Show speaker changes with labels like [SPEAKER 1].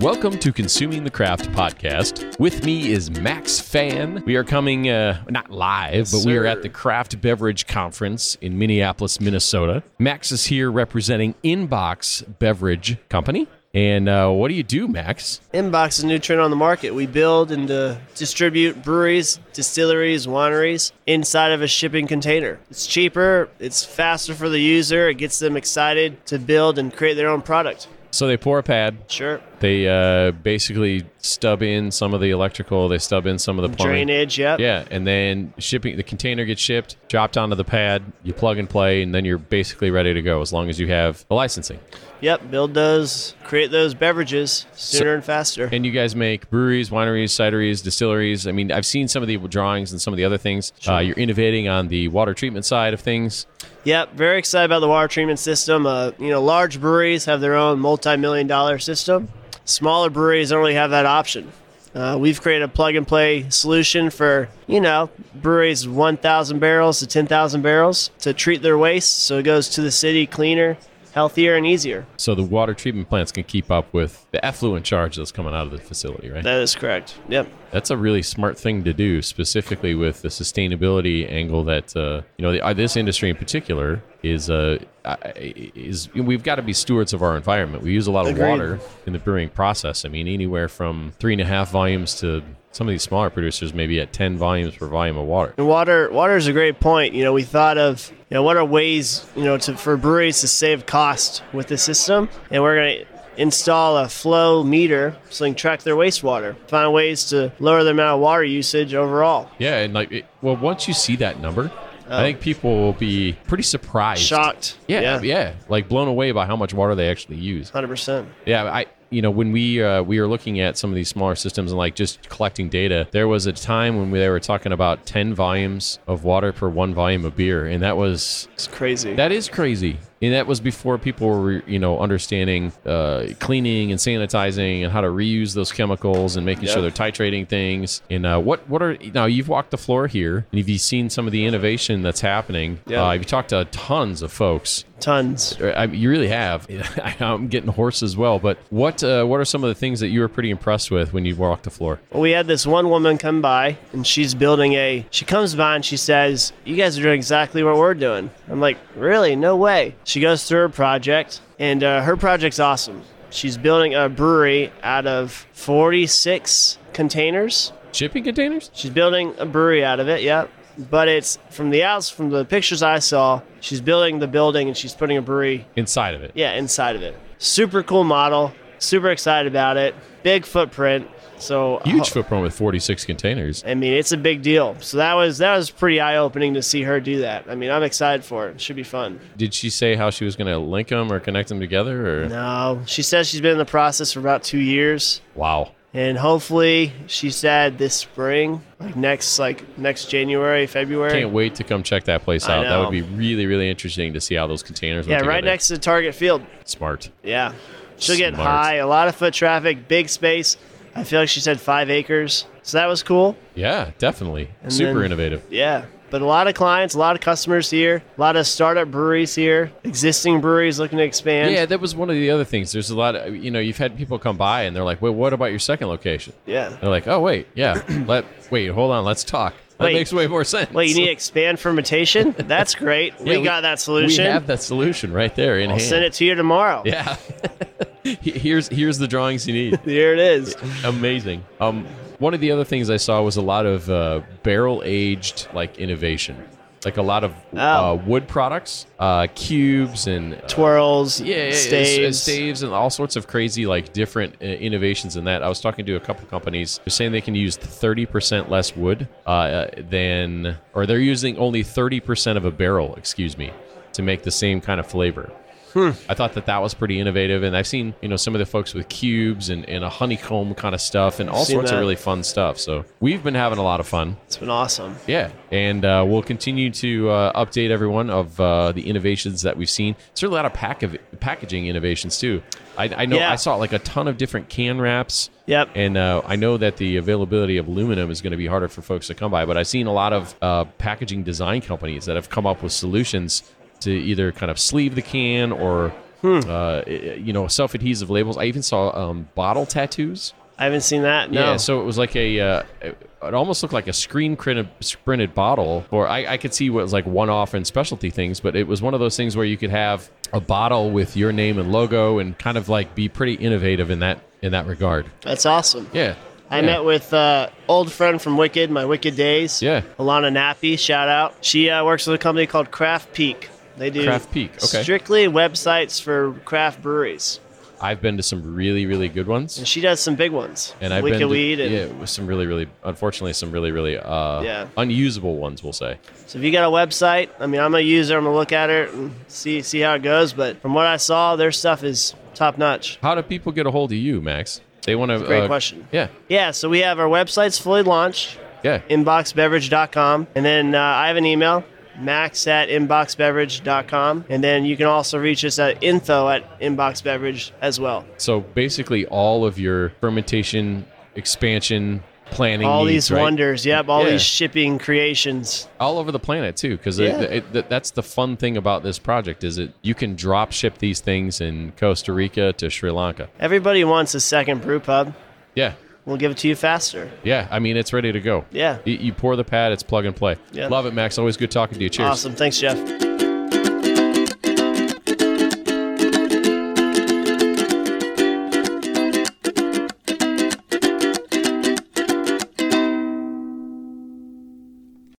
[SPEAKER 1] Welcome to Consuming the Craft podcast. With me is Max Fan. We are coming, uh, not live, but we are
[SPEAKER 2] sir.
[SPEAKER 1] at the Craft Beverage Conference in Minneapolis, Minnesota. Max is here representing Inbox Beverage Company. And uh, what do you do, Max?
[SPEAKER 2] Inbox is a new trend on the market. We build and uh, distribute breweries, distilleries, wineries inside of a shipping container. It's cheaper, it's faster for the user, it gets them excited to build and create their own product.
[SPEAKER 1] So they pour a pad.
[SPEAKER 2] Sure.
[SPEAKER 1] They uh, basically stub in some of the electrical. They stub in some of the plumbing.
[SPEAKER 2] Drainage, yep.
[SPEAKER 1] Yeah, and then shipping the container gets shipped, dropped onto the pad, you plug and play, and then you're basically ready to go as long as you have the licensing.
[SPEAKER 2] Yep, build those, create those beverages sooner and faster.
[SPEAKER 1] And you guys make breweries, wineries, cideries, distilleries. I mean, I've seen some of the drawings and some of the other things. Uh, you're innovating on the water treatment side of things.
[SPEAKER 2] Yep, very excited about the water treatment system. Uh, you know, large breweries have their own multi-million dollar system. Smaller breweries don't really have that option. Uh, we've created a plug-and-play solution for you know breweries 1,000 barrels to 10,000 barrels to treat their waste, so it goes to the city cleaner, healthier, and easier.
[SPEAKER 1] So the water treatment plants can keep up with the effluent charge that's coming out of the facility, right?
[SPEAKER 2] That is correct. Yep.
[SPEAKER 1] That's a really smart thing to do, specifically with the sustainability angle that uh, you know the, uh, this industry in particular is uh, I- is we've got to be stewards of our environment. We use a lot of
[SPEAKER 2] Agreed.
[SPEAKER 1] water in the brewing process. I mean, anywhere from three and a half volumes to some of these smaller producers maybe at ten volumes per volume of water.
[SPEAKER 2] And water, water is a great point. You know, we thought of you know what are ways you know to, for breweries to save cost with the system, and we're going to install a flow meter so they can track their wastewater, find ways to lower the amount of water usage overall.
[SPEAKER 1] Yeah, and like it, well, once you see that number, I think people will be pretty surprised.
[SPEAKER 2] Oh. Shocked.
[SPEAKER 1] yeah, yeah, like blown away by how much water they actually use.
[SPEAKER 2] hundred percent.
[SPEAKER 1] Yeah, I you know when we uh, we were looking at some of these smaller systems and like just collecting data, there was a time when we, they were talking about ten volumes of water per one volume of beer, and that was
[SPEAKER 2] It's crazy.
[SPEAKER 1] that is crazy. And that was before people were you know understanding uh, cleaning and sanitizing and how to reuse those chemicals and making sure
[SPEAKER 2] Yeah.
[SPEAKER 1] they're titrating things. And uh, what what are now you've walked the floor here and have you seen some of the innovation that's happening?
[SPEAKER 2] Yeah.
[SPEAKER 1] uh, you've talked to tons of folks
[SPEAKER 2] Tons.
[SPEAKER 1] I, you really have. I'm getting hoarse as well. But what uh, what are some of the things that you were pretty impressed with when you walked the floor?
[SPEAKER 2] Well, we had this one woman come by, and she's building a. She comes by and she says, "You guys are doing exactly what we're doing." I'm like, "Really? No way." She goes through her project, and uh, her project's awesome. She's building a brewery out of 46 containers.
[SPEAKER 1] Shipping containers?
[SPEAKER 2] She's building a brewery out of it. Yep. But it's from the outs, from the pictures I saw, she's building the building and she's putting a brewery
[SPEAKER 1] Inside of it.
[SPEAKER 2] yeah, inside of it. Super cool model. Super excited about it. Big footprint. So
[SPEAKER 1] Huge
[SPEAKER 2] ho-
[SPEAKER 1] footprint with 46 containers.
[SPEAKER 2] I mean, it's a big deal. So that was that was pretty eye opening to see her do that. I mean, I'm excited for it. It Should be fun.
[SPEAKER 1] Did she say how she was going to link them or connect them together? Or
[SPEAKER 2] No, she says she's been in the process for about two years,
[SPEAKER 1] wow,
[SPEAKER 2] and hopefully, she said this spring, like next, like next January, February.
[SPEAKER 1] can't wait to come check that place
[SPEAKER 2] I
[SPEAKER 1] out. That
[SPEAKER 2] know.
[SPEAKER 1] would be really really interesting to see how those containers.
[SPEAKER 2] yeah,
[SPEAKER 1] went
[SPEAKER 2] right
[SPEAKER 1] together.
[SPEAKER 2] next to Target Field.
[SPEAKER 1] Smart.
[SPEAKER 2] Yeah, she'll get
[SPEAKER 1] Smart.
[SPEAKER 2] high. A lot of foot traffic, big space. I feel like she said five acres, so that was cool.
[SPEAKER 1] Yeah, definitely. Super
[SPEAKER 2] then-
[SPEAKER 1] innovative.
[SPEAKER 2] Yeah. But a lot of clients, a lot of customers here, a lot of startup breweries here, existing breweries looking to expand.
[SPEAKER 1] yeah, that was one of the other things. There's a lot of, you know, you've had people come by and they're like, well, what about your second location?
[SPEAKER 2] Yeah.
[SPEAKER 1] They're like, oh wait, yeah. Let wait, hold on, let's talk. That
[SPEAKER 2] Wait.
[SPEAKER 1] makes way more sense.
[SPEAKER 2] Wait, you need to expand fermentation? That's great.
[SPEAKER 1] Yeah,
[SPEAKER 2] we, got that solution.
[SPEAKER 1] We have that solution right there in
[SPEAKER 2] I'll
[SPEAKER 1] hand.
[SPEAKER 2] send it to you tomorrow.
[SPEAKER 1] Yeah. He- here's here's the drawings you need.
[SPEAKER 2] Here it is.
[SPEAKER 1] Amazing. Um, one of the other things I saw was a lot of uh, barrel aged like innovation, like a lot of
[SPEAKER 2] Oh.
[SPEAKER 1] uh, wood products, uh, cubes and. Uh,
[SPEAKER 2] Twirls,
[SPEAKER 1] yeah, yeah, yeah,
[SPEAKER 2] staves.
[SPEAKER 1] s- staves and all sorts of crazy, like different uh, innovations in that. I was talking to a couple companies. They're saying they can use 30% less wood uh, uh, than, or they're using only 30% of a barrel, excuse me, to make the same kind of flavor.
[SPEAKER 2] Hmm.
[SPEAKER 1] I thought that that was pretty innovative, and I've seen you know some of the folks with cubes and, and a honeycomb kind of stuff, and all
[SPEAKER 2] Seen
[SPEAKER 1] sorts of
[SPEAKER 2] that.
[SPEAKER 1] really fun stuff. So we've been having a lot of fun.
[SPEAKER 2] It's been awesome.
[SPEAKER 1] Yeah, and uh, we'll continue to uh, update everyone of uh, the innovations that we've seen. Certainly, a lot of pack of packaging innovations too. I, I know
[SPEAKER 2] Yeah.
[SPEAKER 1] I saw like a ton of different can wraps.
[SPEAKER 2] Yep.
[SPEAKER 1] And uh, I know that the availability of aluminum is going to be harder for folks to come by, but I've seen a lot of uh, packaging design companies that have come up with solutions to either kind of sleeve the can or
[SPEAKER 2] Hmm.
[SPEAKER 1] Uh, i- i- you know, self-adhesive labels. I even saw um, bottle tattoos.
[SPEAKER 2] I haven't seen that. No.
[SPEAKER 1] Yeah, so it was like a. Uh, it it almost looked like a screen printed, printed bottle, or I, I could see what was like one off and specialty things, but it was one of those things where you could have a bottle with your name and logo and kind of like be pretty innovative in that in that regard.
[SPEAKER 2] That's awesome.
[SPEAKER 1] Yeah.
[SPEAKER 2] I
[SPEAKER 1] yeah.
[SPEAKER 2] met with uh, old friend from Wicked, my Wicked days.
[SPEAKER 1] Yeah.
[SPEAKER 2] Alana Nappy, shout out. She uh, works with a company called Craft Peak. They do
[SPEAKER 1] Craft Peak, okay.
[SPEAKER 2] strictly websites for craft breweries,
[SPEAKER 1] I've been to some really really good ones.
[SPEAKER 2] and she does some big ones.
[SPEAKER 1] and I've
[SPEAKER 2] Wicked
[SPEAKER 1] been to,
[SPEAKER 2] Weed, and
[SPEAKER 1] yeah, with some really, really, unfortunately, some really, really uh,
[SPEAKER 2] Yeah.
[SPEAKER 1] unusable ones. We'll say
[SPEAKER 2] so if you got a website, I mean, I'm a user. I'm gonna look at it and see see how it goes. But from what I saw, their stuff is top notch.
[SPEAKER 1] how do people get a hold of you, Max? They want to.
[SPEAKER 2] great question.
[SPEAKER 1] Yeah,
[SPEAKER 2] Yeah. So we have our websites fully launched.
[SPEAKER 1] yeah.
[SPEAKER 2] inboxbeverage.com. And then uh, I have an email, max at inboxbeverage.com. And then you can also reach us at info at inboxbeverage as well.
[SPEAKER 1] So basically, all of your fermentation, expansion, planning,
[SPEAKER 2] All
[SPEAKER 1] needs,
[SPEAKER 2] these
[SPEAKER 1] right?
[SPEAKER 2] wonders, yep, all
[SPEAKER 1] Yeah.
[SPEAKER 2] these shipping creations.
[SPEAKER 1] all over the planet too, because
[SPEAKER 2] Yeah.
[SPEAKER 1] that's the fun thing about this project is it you can drop ship these things in Costa Rica to Sri Lanka.
[SPEAKER 2] Everybody wants a second brew pub.
[SPEAKER 1] Yeah,
[SPEAKER 2] We'll give it to you faster.
[SPEAKER 1] yeah. I mean, it's ready to go.
[SPEAKER 2] Yeah.
[SPEAKER 1] You, you pour the pad, it's plug and play.
[SPEAKER 2] Yeah.
[SPEAKER 1] Love it, Max. Always good talking to you. Cheers.
[SPEAKER 2] Awesome. Thanks, Jeff.